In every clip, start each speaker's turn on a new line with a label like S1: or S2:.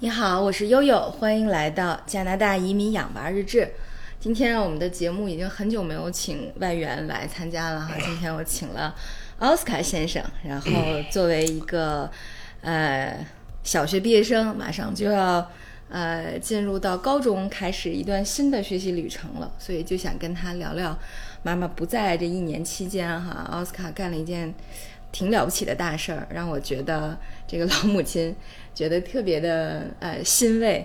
S1: 你好，我是悠悠，欢迎来到加拿大移民养娃日志。今天我们的节目已经很久没有请外援来参加了哈，今天我请了奥斯卡先生，然后作为一个呃小学毕业生，马上就要呃进入到高中，开始一段新的学习旅程了，所以就想跟他聊聊妈妈不在这一年期间哈，奥斯卡干了一件挺了不起的大事儿，让我觉得这个老母亲觉得特别的呃欣慰。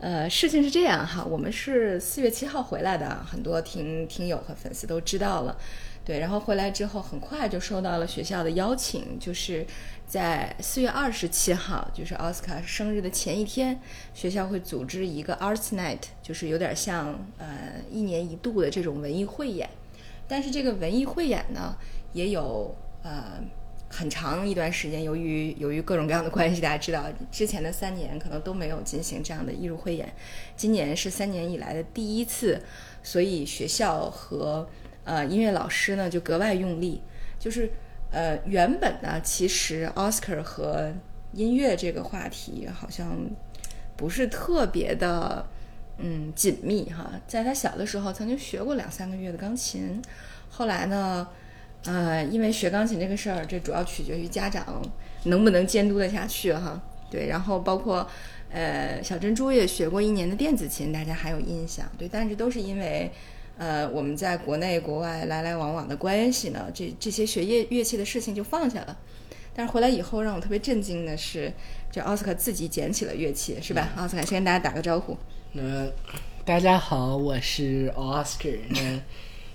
S1: 呃，事情是这样哈，我们是四月七号回来的，很多听听友和粉丝都知道了。对，然后回来之后，很快就收到了学校的邀请，就是在四月二十七号，就是奥斯卡生日的前一天，学校会组织一个 Arts Night，就是有点像呃一年一度的这种文艺汇演。但是这个文艺汇演呢，也有呃很长一段时间，由于由于各种各样的关系，大家知道，之前的三年可能都没有进行这样的艺术汇演，今年是三年以来的第一次，所以学校和呃音乐老师呢就格外用力，就是呃原本呢，其实 Oscar 和音乐这个话题好像不是特别的。嗯，紧密哈，在他小的时候曾经学过两三个月的钢琴，后来呢，呃，因为学钢琴这个事儿，这主要取决于家长能不能监督得下去哈。对，然后包括呃，小珍珠也学过一年的电子琴，大家还有印象对，但是都是因为呃我们在国内国外来来往往的关系呢，这这些学乐乐器的事情就放下了。但是回来以后，让我特别震惊的是，这奥斯卡自己捡起了乐器，是吧？奥斯卡先跟大家打个招呼。
S2: 那大家好，我是 Oscar。那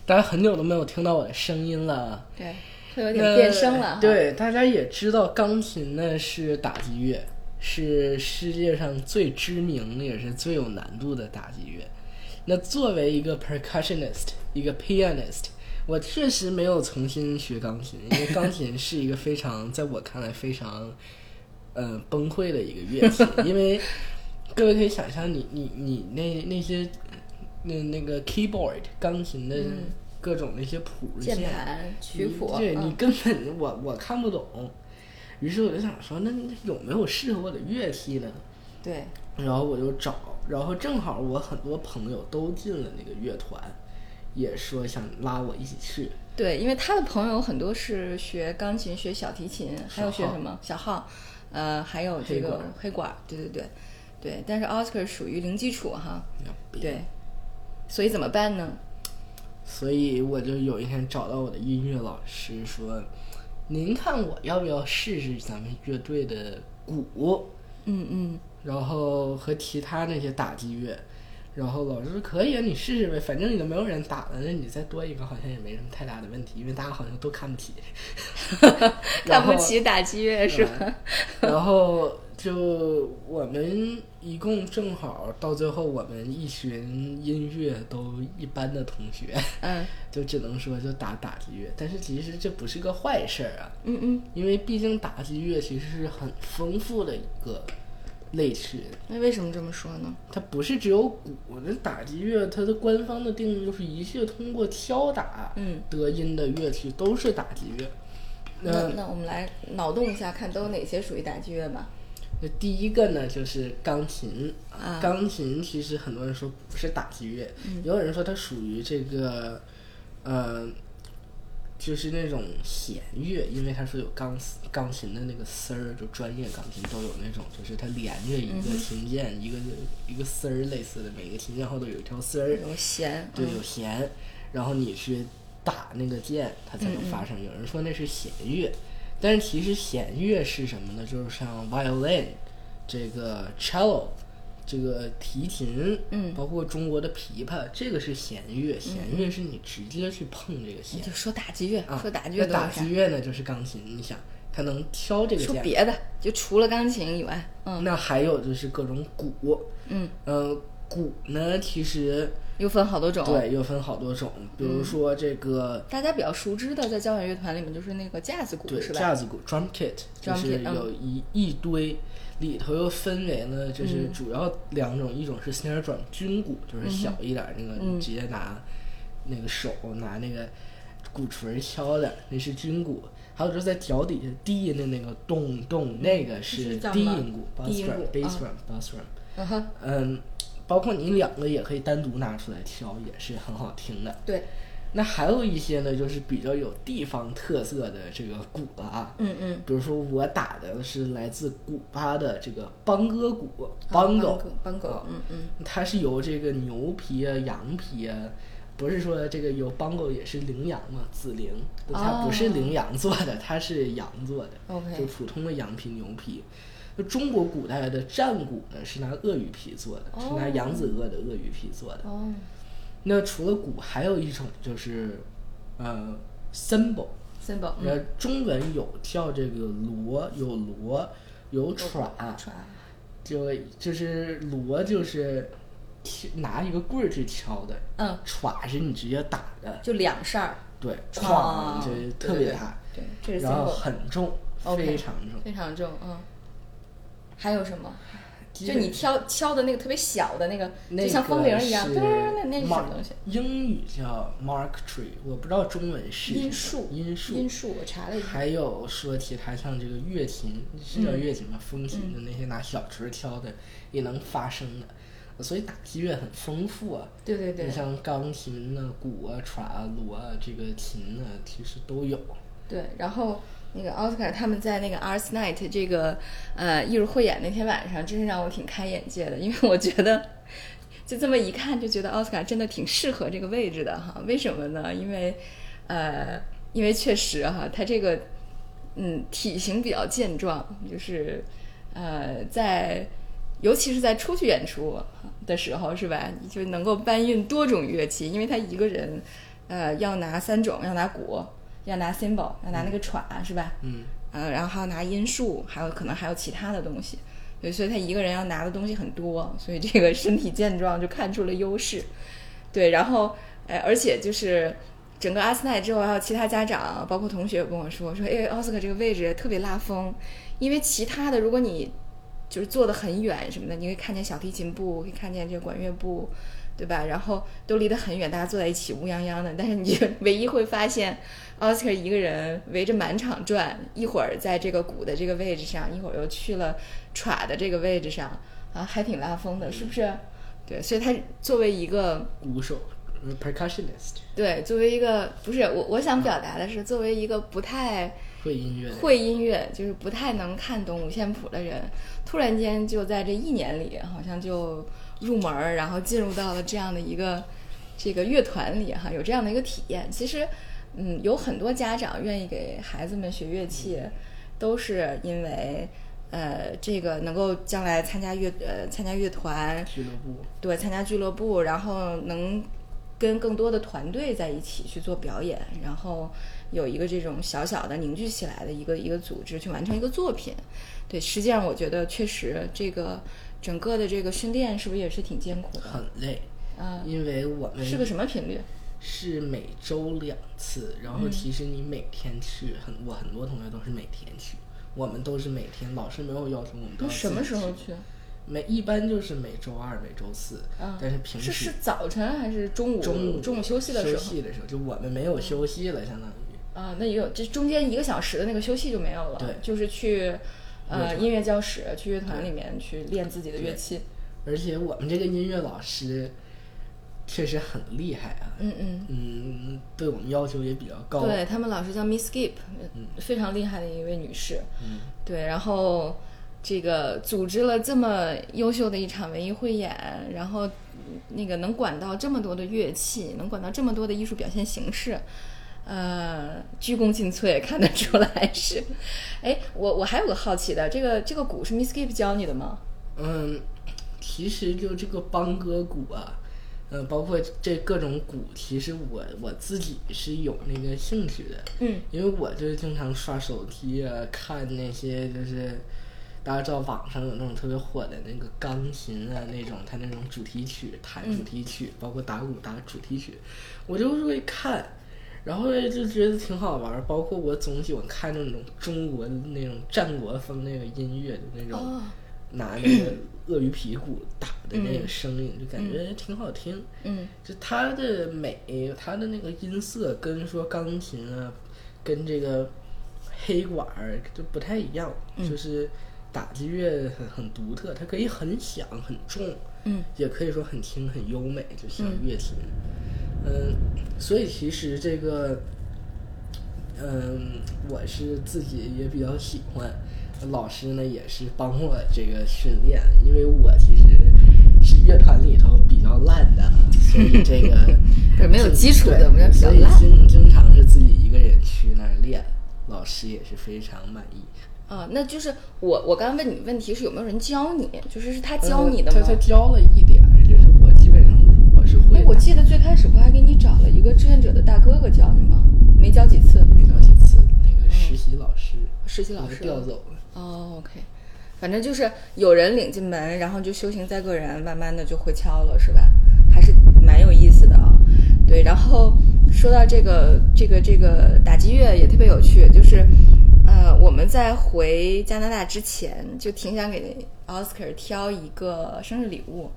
S2: 大家很久都没有听到我的声音了，
S1: 对，会有点变声了。
S2: 那，对，大家也知道，钢琴呢是打击乐，是世界上最知名也是最有难度的打击乐。那作为一个 percussionist，一个 pianist，我确实没有重新学钢琴，因为钢琴是一个非常，在我看来非常，呃，崩溃的一个 乐器。因为各位可以想象你，你你那那些那那个 keyboard 钢琴的各种那些谱儿
S1: 嗯键
S2: 键
S1: 盘曲
S2: 你
S1: 谱，
S2: 对你
S1: 嗯，
S2: 根本我我看不懂。于是我就想说，那那有没有适合我的乐器呢？
S1: 对，
S2: 然后我就找，然后正好我很多朋友都进了那个乐团，也说想拉我一起去。
S1: 对，因为他的朋友很多是学钢琴、学小提琴，还有学什么小号，呃，还有这
S2: 黑
S1: 个
S2: 管儿
S1: 黑管儿，对对对，对。但是 Oscar 属于零基础哈，对，所以怎么办呢？
S2: 所以我就有一天找到我的音乐老师说：“您看我要不要试试咱们乐队的鼓，
S1: 嗯 嗯，
S2: 然后和其他那些打击乐？”然后老师说：“可以啊，你试试呗，反正你都没有人打了，那你再多一个好像也没什么太大的问题，因为大家好像都看不起。然
S1: 看
S2: 后
S1: 不起打击乐是吧？
S2: 然后就我们一共正好到最后，我们一群音乐都一般的同学，
S1: 嗯
S2: 就只能说就打打击乐。但是其实这不是个坏事儿啊，
S1: 嗯嗯，
S2: 因为毕竟打击乐其实是很丰富的一个类群，
S1: 那为什么这么说呢？
S2: 它不是只有鼓。那打击乐它的官方的定义就是一切通过敲打
S1: 嗯
S2: 得音的乐器都是打击乐。那
S1: 那那我们来脑洞一下，看都有哪些属于打击乐吧。
S2: 那第一个呢，就是钢琴。
S1: 啊嗯
S2: 钢琴其实很多人说不是打击乐，也有人说它属于这个，呃，就是那种弦乐，因为它是有钢丝钢琴的那个丝儿，就专业钢琴都有那种，就是它连着一
S1: 嗯
S2: 个琴键，一个一个丝儿类似的，每个琴键后头有一条丝儿，
S1: 有弦，
S2: 对，有弦，然后你去打那个键，它才能发声。
S1: 嗯
S2: 有人说那是弦乐，但是其实弦乐是什么呢？就是像 violin、这个 cello、这个提琴，
S1: 嗯
S2: 包括中国的琵琶，这个是弦乐。弦乐是你直接去碰这个
S1: 你
S2: 弦。
S1: 就说打击乐，
S2: 啊，
S1: 说打击
S2: 那
S1: 乐都有
S2: 打
S1: 啥？
S2: 击乐呢，就是钢琴。你想，它能敲这个
S1: 说
S2: 键，
S1: 别的，就除了钢琴以外，嗯
S2: 那还有就是各种鼓。
S1: 嗯，
S2: 嗯、鼓呢，其实
S1: 又分好多种。，
S2: 对又分好多种，比
S1: 嗯
S2: 如说这个。
S1: 大家比较熟知的在交响乐团里面就是那个架子鼓
S2: 对，
S1: 是吧？
S2: 架子鼓 drum kit 就
S1: Drum
S2: 是
S1: kit，嗯
S2: 有一一堆，里头又分为了就是
S1: 嗯
S2: 主要两种，一种是 snare drum 军鼓，就是小一点儿那个，
S1: 嗯
S2: 你直接拿那个手拿那个鼓槌敲的，那是军鼓；还有就是在脚底下低音的那个咚咚，那个
S1: 嗯是
S2: 是
S1: 叫
S2: 低
S1: 吗
S2: 音鼓
S1: 低
S2: ，bass
S1: 音
S2: drum
S1: 鼓
S2: bass
S1: 啊
S2: drum bass drum。
S1: 嗯哼，
S2: 嗯，包括你两个也可以单独拿出来挑，也是很好听的。
S1: 对，
S2: 那还有一些呢，就是比较有地方特色的这个鼓了啊。
S1: 嗯嗯，
S2: 比如说我打的是来自古巴的这个邦戈鼓
S1: 哦
S2: （bongo），、
S1: 帮狗
S2: 啊，
S1: 嗯嗯，
S2: 它是由这个牛皮啊、羊皮啊，不是说这个有 bongo 也是羚羊嘛，紫羚，它不是羚羊做的，它是羊做的
S1: 嗯 OK
S2: 就普通的羊皮、牛皮。就中国古代的战鼓呢，是拿鳄鱼皮做的，是拿
S1: 哦
S2: 扬子鳄的鳄鱼皮做的。
S1: 哦，
S2: 那除了鼓，还有一种就是，呃，symbol，
S1: 森宝，
S2: 呃，中文有叫这个锣，有锣，有镲，
S1: 传，
S2: 就就是锣就是敲拿一个棍儿去敲的，
S1: 嗯，
S2: 镲是你直接打的，
S1: 就两扇儿，
S2: 对，
S1: 哦
S2: 哐就是
S1: 对
S2: 特
S1: 对
S2: 别
S1: 对
S2: 大，
S1: 对，这是森
S2: 然后
S1: 宝，
S2: 很重，
S1: OK
S2: 非常重。
S1: 非常重，嗯。还有什么？
S2: 基
S1: 就
S2: 本
S1: 你挑敲的那个特别小的那个，
S2: 那
S1: 就
S2: 个
S1: 像风铃一样，
S2: 是
S1: 噔儿那那是什么
S2: mark-
S1: 东西？
S2: 英语叫 mark tree，我不知道中文是
S1: 音
S2: 什么
S1: 树，
S2: 音树，
S1: 音树，我查了一下，
S2: 还有说其他像这个乐琴，是叫乐琴吗？风琴的那些拿小锤敲的，也能发声的，所以打击乐很丰富啊。
S1: 对对
S2: 你
S1: 对
S2: 像钢琴呐、鼓啊、镲啊、锣啊，这个琴呢、其实都有。
S1: 对。然后那个奥斯卡他们在那个 Arts Night 这个呃艺术汇演那天晚上，真是让我挺开眼界的，因为我觉得就这么一看就觉得奥斯卡真的挺适合这个位置的哈。为什么呢？因为呃，因为确实哈，他这个嗯体型比较健壮，就是呃在。尤其是在出去演出的时候，是吧？你就能够搬运多种乐器，因为他一个人，呃，要拿三种，要拿鼓，要拿 cymbal，要拿那个镲，是吧？
S2: 嗯，
S1: 呃，然后还要拿音树，还有可能还有其他的东西，对，所以他一个人要拿的东西很多，所以这个身体健壮就看出了优势，对，然后，呃，而且就是整个阿斯奈之后，还有其他家长，包括同学跟我说，说，哎，奥斯卡这个位置特别拉风，因为其他的如果你就是坐得很远什么的，你会看见小提琴部，会看见这个管乐部。对吧？然后都离得很远，大家坐在一起乌泱泱的，但是你 就唯一会发现，奥斯卡一个人围着满场转，一会儿在这个鼓的这个位置上，一会儿又去了歘的这个位置上，啊，还挺拉风的，是不是？对，所以他作为一个
S2: 鼓手呃，percussionist，
S1: 对，作为一个不是我我想表达的是，作为一个不太
S2: 会音乐的。
S1: 会音乐，就是不太能看懂五线谱的人，突然间就在这一年里，好像就入门儿，然后进入到了这样的一个这个乐团里哈，有这样的一个体验。其实，嗯，有很多家长愿意给孩子们学乐器，都是因为。呃，这个能够将来参加乐呃参加乐团，
S2: 俱乐部，
S1: 对，参加俱乐部，然后能跟更多的团队在一起去做表演，然后有一个这种小小的凝聚起来的一个一个组织去完成一个作品。对，实际上我觉得确实这个整个的这个训练是不是也是挺艰苦的？
S2: 很累，
S1: 啊，
S2: 因为我们
S1: 是个什么频率？
S2: 是每周两次，然
S1: 嗯
S2: 后其实你每天去，很我很多同学都是每天去，我们都是每天，老师没有要求我们都
S1: 那
S2: 要
S1: 什么
S2: 自己
S1: 时候去？
S2: 每一般就是每周二、每周四，
S1: 啊
S2: 但是平
S1: 是
S2: 时
S1: 是早晨还是中午？
S2: 中午
S1: 中午休息的时
S2: 休
S1: 候
S2: 息的时候，就我们没有休息了，相当于
S1: 啊，那也有这中间一个小时的那个休息就没有了，
S2: 对
S1: 就是去
S2: 乐
S1: 呃音乐教室去乐团里面去练自己的乐器。
S2: 而且我们这个音乐老师确实很厉害啊，
S1: 嗯嗯。
S2: 嗯，对我们要求也比较高，
S1: 对他们老师叫 Miss Skip，非
S2: 嗯
S1: 常厉害的一位女士。嗯，对，然后这个组织了这么优秀的一场文艺汇演，然后嗯那个能管到这么多的乐器，能管到这么多的艺术表现形式。呃，鞠躬尽瘁，看得出来是。 哎，我我还有个好奇的，这个这个鼓是 Miss Skip 教你的吗？
S2: 嗯，其实就这个邦戈鼓啊，嗯，包括这各种鼓，其实我我自己是有那个兴趣的，
S1: 嗯，
S2: 因为我就经常刷手机啊，看那些就是大家知道网上有那种特别火的那个钢琴啊，那种它那种主题曲弹主题曲，包括打鼓打主题曲，我就是会看。然后就觉得挺好玩儿，包括我总喜欢看那种中国那种战国风那个音乐，就那种、
S1: 哦，
S2: 拿那个鳄鱼皮鼓打的那个声音，就感觉挺好听。
S1: 嗯，
S2: 就它的美，它的那个音色跟说钢琴啊，跟这个黑管儿就不太一样，
S1: 嗯
S2: 就是打击乐很很独特，它可以很响很重，
S1: 嗯，
S2: 也可以说很轻很优美，就像乐琴。嗯，所以其实这个，嗯，我是自己也比较喜欢，老师呢也是帮我这个训练，因为我其实是乐团里头比较烂的，所以这个
S1: 就是没有
S2: 自
S1: 基础的
S2: 对
S1: 我们叫比较烂
S2: 所以经经常是自己一个人去那儿练，老师也是非常满意。
S1: 啊，那就是我我刚刚问你问题是有没有人教你，就是是他教你的
S2: 呃
S1: 吗？
S2: 他他教了一点儿，就是我基本上我是会
S1: 哎，
S2: 的。
S1: 我记得最开始不还给你找了一个志愿者的大哥哥教你吗？没教几次，
S2: 没到几次，那个实习老师，
S1: 嗯实习老师
S2: 调走了。
S1: 哦，OK，反正就是有人领进门，然后就修行在个人，慢慢的就会敲了，是吧？还是蛮有意思的啊、对，然后说到这个这个这个打击乐也特别有趣，就是呃，我们在回加拿大之前就挺想给奥斯卡挑一个生日礼物，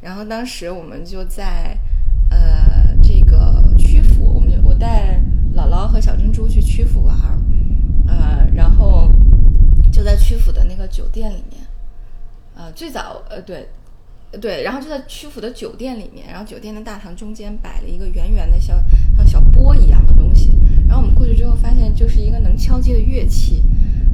S1: 然后当时我们就在呃这个曲阜，我们就我带姥姥和小珍珠去曲阜玩儿，呃，然后就在曲阜的那个酒店里面，呃，最早呃对。对，然后就在曲阜的酒店里面，然后酒店的大堂中间摆了一个圆圆的小像小钵一样的东西，然后我们过去之后发现就是一个能敲击的乐器，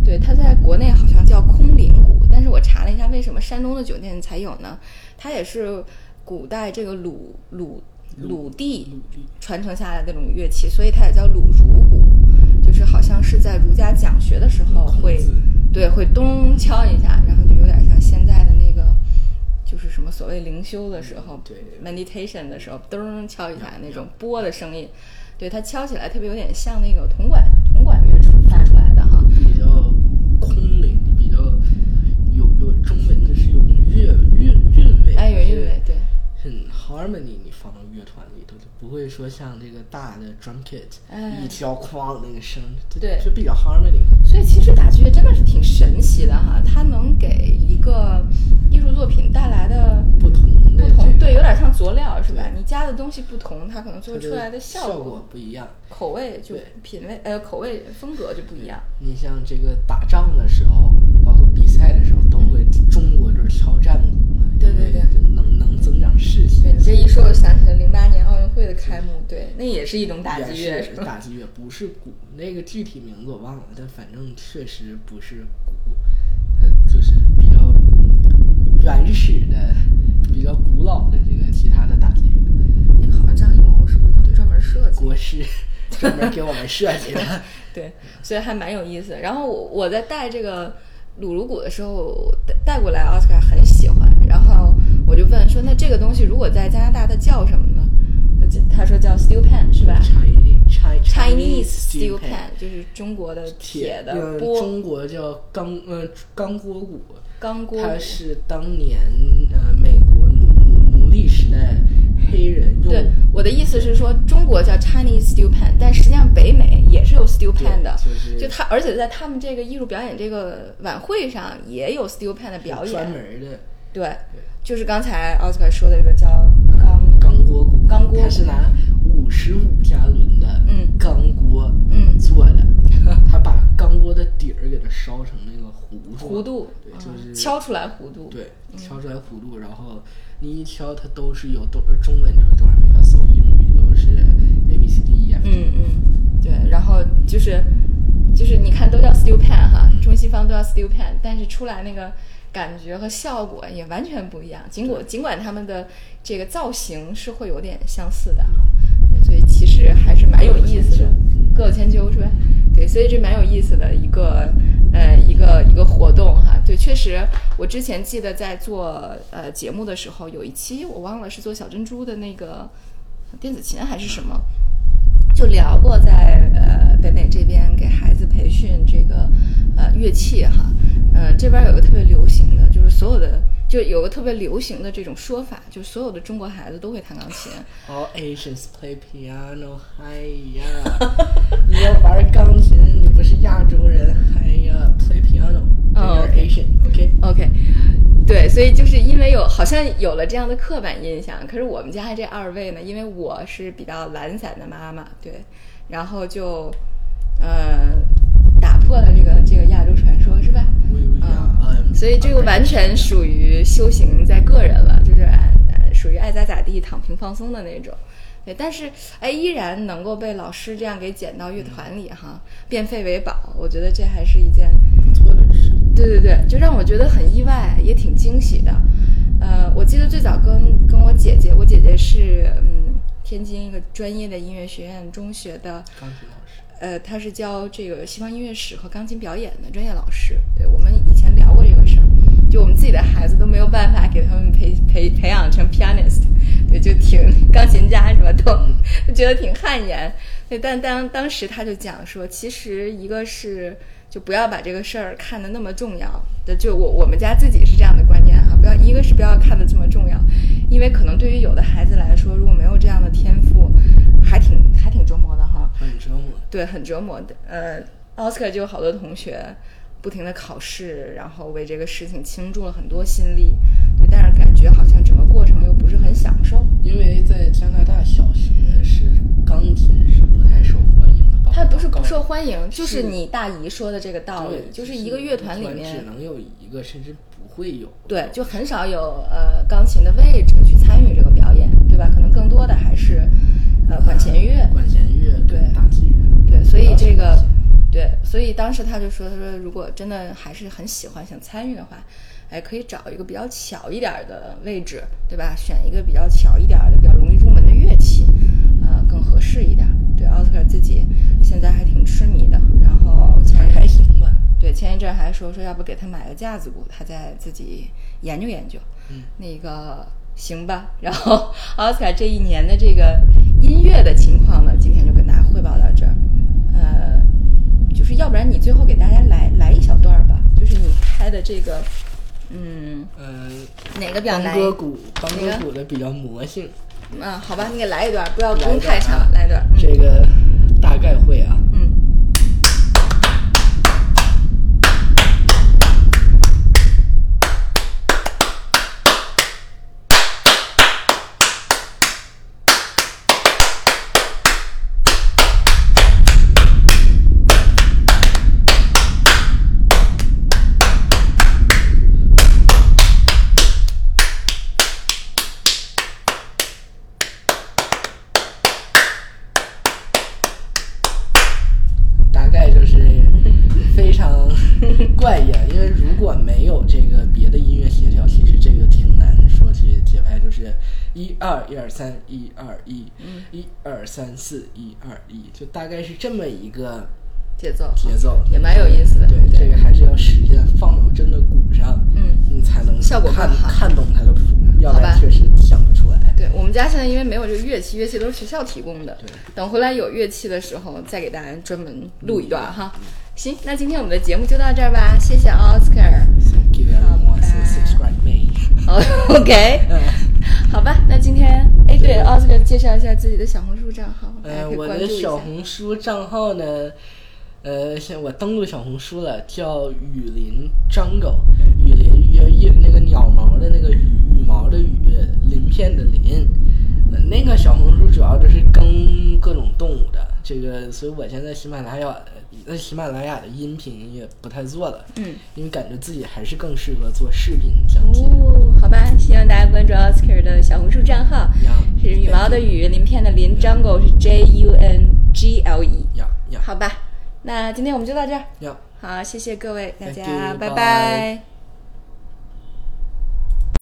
S1: 对，它在国内好像叫空灵鼓，但是我查了一下，为什么山东的酒店才有呢？它也是古代这个鲁鲁鲁地传承下来的那种乐器，所以它也叫鲁儒鼓，就是好像是在儒家讲学的时候
S2: 孔
S1: 会
S2: 子，
S1: 对，会咚敲一下，然后就有点像现在的那个，就是什么所谓灵修的时候，
S2: 嗯对
S1: ，meditation 的时候，噔敲一下那种波的声音，对，它敲起来特别有点像那个铜管铜管乐发出来的哈，
S2: 比较空灵，比较有有中文就是有乐韵韵味，
S1: 哎，有韵味，，对，
S2: 很 harmony。你放到乐团里头就不会说像这个大的 drum kit、
S1: 哎
S2: 一敲哐那个声，就
S1: 对
S2: 就比较 harmony。
S1: 所以其实打击乐真的是挺神奇的哈，它能给一个艺术作品带来的
S2: 不同的
S1: 不同，
S2: 这
S1: 对，
S2: 个
S1: 有点像佐料是吧？
S2: 对
S1: 你加的东西不同，它可能
S2: 它
S1: 做出来的
S2: 效
S1: 效果、
S2: 不一样。
S1: 口味就
S2: 对
S1: 品味呃口味风格就不一样。
S2: 你像这个打仗的时候，包括比赛的时候，都会中国就是挑战鼓嘛，
S1: 对对对，
S2: 能能增长士气。
S1: 对你这一说，我想起了零八年奥运会的开幕，对，那也是一种打
S2: 也
S1: 击乐，
S2: 是
S1: 是吧？
S2: 打击乐，不是鼓，那个具体名字我忘了，但反正确实不是鼓，它就是比较原始的、比较古老的这个其他的打击乐。
S1: 那个好像张艺谋是不是他们专门设计？
S2: 国师专门给我们设计的，
S1: 对，所以还蛮有意思的。然后我我在带这个鲁鲁鼓的时候，我带带过来奥斯卡很喜欢，然后我就问说，那这个东西如果在加拿大它叫什么呢？他就他说叫 steel pan 是吧
S2: Chinese
S1: ？Chinese steel
S2: steel
S1: pan 就是中国的铁的
S2: 呃
S1: 锅
S2: 中国叫钢呃钢锅鼓，
S1: 钢锅
S2: 它是当年呃美国奴奴奴隶时代黑人用
S1: 对，我的意思是说，中国叫 Chinese stew pan，但实际上北美也是有 stew pan 的，
S2: 就是
S1: 他，而且在他们这个艺术表演这个晚会上也有 stew pan 的表
S2: 专
S1: 演。
S2: 门的。
S1: 对，就是刚才奥斯卡说的这个叫钢，
S2: 钢锅鼓，
S1: 钢锅
S2: 它是拿五十五加仑的
S1: 嗯
S2: 钢锅
S1: 嗯
S2: 做的，他把钢锅的底儿给它烧成那个弧度，
S1: 弧度，
S2: 对
S1: 啊
S2: 就是
S1: 敲嗯出来弧度。
S2: 对，敲出来弧度，然后你一敲它都是有多中文就是哆来咪发嗦，英语都是 A B C D E F，
S1: 嗯嗯，对，然后就是就是你看都叫 stew pan 哈，中西方都叫 stew pan，但是出来那个感觉和效果也完全不一样。尽管尽管他们的这个造型是会有点相似的哈，所以其实还是蛮有意思的，各有千秋是吧？对，所以这蛮有意思的一个呃一个一个活动哈。对，确实我之前记得在做呃节目的时候，有一期我忘了是做小珍珠的那个电子琴还是什么。就聊过在呃北美这边给孩子培训这个呃乐器哈，呃这边有个特别流行的，就是所有的就有个特别流行的这种说法，就是所有的中国孩子都会弹钢琴。
S2: All Asians play piano，嗨呀！ 你要玩钢琴，你不是亚洲人，嗨呀！Play piano，you're
S1: 哦
S2: Asian，OK？
S1: OK，对，所以就是因为有好像有了这样的刻板印象，可是我们家这二位呢，因为我是比较懒散的妈妈，对，然后就呃打破。过了这个这个亚洲传说，是吧？
S2: 嗯
S1: 所以这个完全属于修行在个人了，就是呃属于爱咋咋地、躺平放松的那种。对，但是哎，依然能够被老师这样给捡到乐团里哈，变废为宝，我觉得这还是一件
S2: 不错的事。
S1: 对对对，就让我觉得很意外，也挺惊喜的。呃，我记得最早跟跟我姐姐，我姐姐是嗯天津一个专业的音乐学院中学的，
S2: 钢琴老师，
S1: 呃，她是教这个西方音乐史和钢琴表演的专业老师。对我们以前聊过这个事儿，就我们自己的孩子都没有办法给他们培培培养成 pianist，对，就挺钢琴家什么都， 就觉得挺汗颜。对，但当当时他就讲说，其实一个是就不要把这个事儿看得那么重要的，就我我们家自己是这样的观念哈、不要一个是不要看得这么重要，因为可能对于有的孩子来说，如果没有这样的天赋，还挺还挺折磨的哈。
S2: 很折磨。
S1: 对，很折磨的。呃，奥斯卡就有好多同学不停的考试，然后为这个事情倾注了很多心力，对，但是感觉好像整个过程又不是很享受。
S2: 因为在加拿大小学是钢琴是不太受欢迎的，包括
S1: 它不是不
S2: 高
S1: 受欢迎，哦就是是你大姨说的这个道理
S2: 对，，
S1: 就是一个乐团里面
S2: 只，能有一个，甚至不会有。
S1: 对，就很少有呃钢琴的位置去参与这个表演，对吧？可能更多的还是呃管弦乐，
S2: 管弦乐跟
S1: 对
S2: 打击乐，
S1: 对，所以这
S2: 了
S1: 个
S2: 解，
S1: 对，所以当时他就说，他说如果真的还是很喜欢想参与的话，哎，可以找一个比较巧一点儿的位置，对吧？选一个比较巧一点儿的、比较容易入门的乐器，呃，更合适一点儿。对，奥斯卡自己现在还挺痴迷的，然后前
S2: 还行吧。
S1: 对前一阵还说说要不给他买个架子鼓，他再自己研究研究。
S2: 嗯，
S1: 那个行吧。然后奥斯卡这一年的这个音乐的情况呢，今天就跟大家汇报到这儿。呃，就是要不然你最后给大家来来一小段儿吧，就是你拍的这个，嗯，
S2: 嗯，
S1: 哪个比较
S2: 邦
S1: 难？
S2: 歌鼓，邦歌
S1: 哪个
S2: 鼓的比较魔性，
S1: 啊，好吧，你给来一段儿，不要不
S2: 来一
S1: 用
S2: 段
S1: 太
S2: 儿
S1: 长，来一段儿。嗯
S2: 这个大概会啊。
S1: 嗯，
S2: 大概就是 非常怪异，啊，因为如果没有这个别的音乐协调，其实这个挺难说去节拍，就是一二一二三一二一，
S1: 嗯
S2: 一二三四一二一，就大概是这么一个
S1: 节奏
S2: 节奏，
S1: 也蛮有意思的。
S2: 对，这个还是要实践放到真的鼓上，
S1: 嗯，
S2: 你才能
S1: 效果更
S2: 看
S1: 好
S2: 看懂它的谱，要
S1: 好
S2: 不
S1: 吧
S2: 然确实想不出来。
S1: 对我们家现在因为没有这个乐器，乐器都是学校提供的
S2: 对。
S1: 等回来有乐器的时候，再给大家专门录一
S2: 嗯
S1: 段哈。行，那今天我们的节目就到这儿吧，谢谢 Oscar。
S2: Thank you everyone to
S1: 吧
S2: subscribe me。
S1: 好，OK，好吧，那今天哎，对，Oscar 介绍一下自己的小红书账号，大家
S2: 呃，
S1: 可以
S2: 我
S1: 关
S2: 的
S1: 注一下
S2: 小。红书账号呢，呃，现我登录小红书了，叫雨林 Jungle，雨林羽羽那个鸟毛的那个羽羽毛的羽，鳞片的鳞。呃那个小红书主要就是更各种动物的，这个，所以我现在喜马拉雅，在喜马拉雅的音频也不太做了，
S1: 嗯，
S2: 因为感觉自己还是更适合做视频讲解。
S1: 哦，好吧，希望大家关注 Oscar 的小红书账号，
S2: 呀
S1: 是羽毛的羽，鳞片的鳞，Jungle 是 J U N G L E。
S2: 呀呀
S1: 好吧，那今天我们就到这儿。
S2: 呀！
S1: 好，谢谢各位大
S2: Thank
S1: 家，
S2: you，
S1: 拜
S2: 拜
S1: 拜。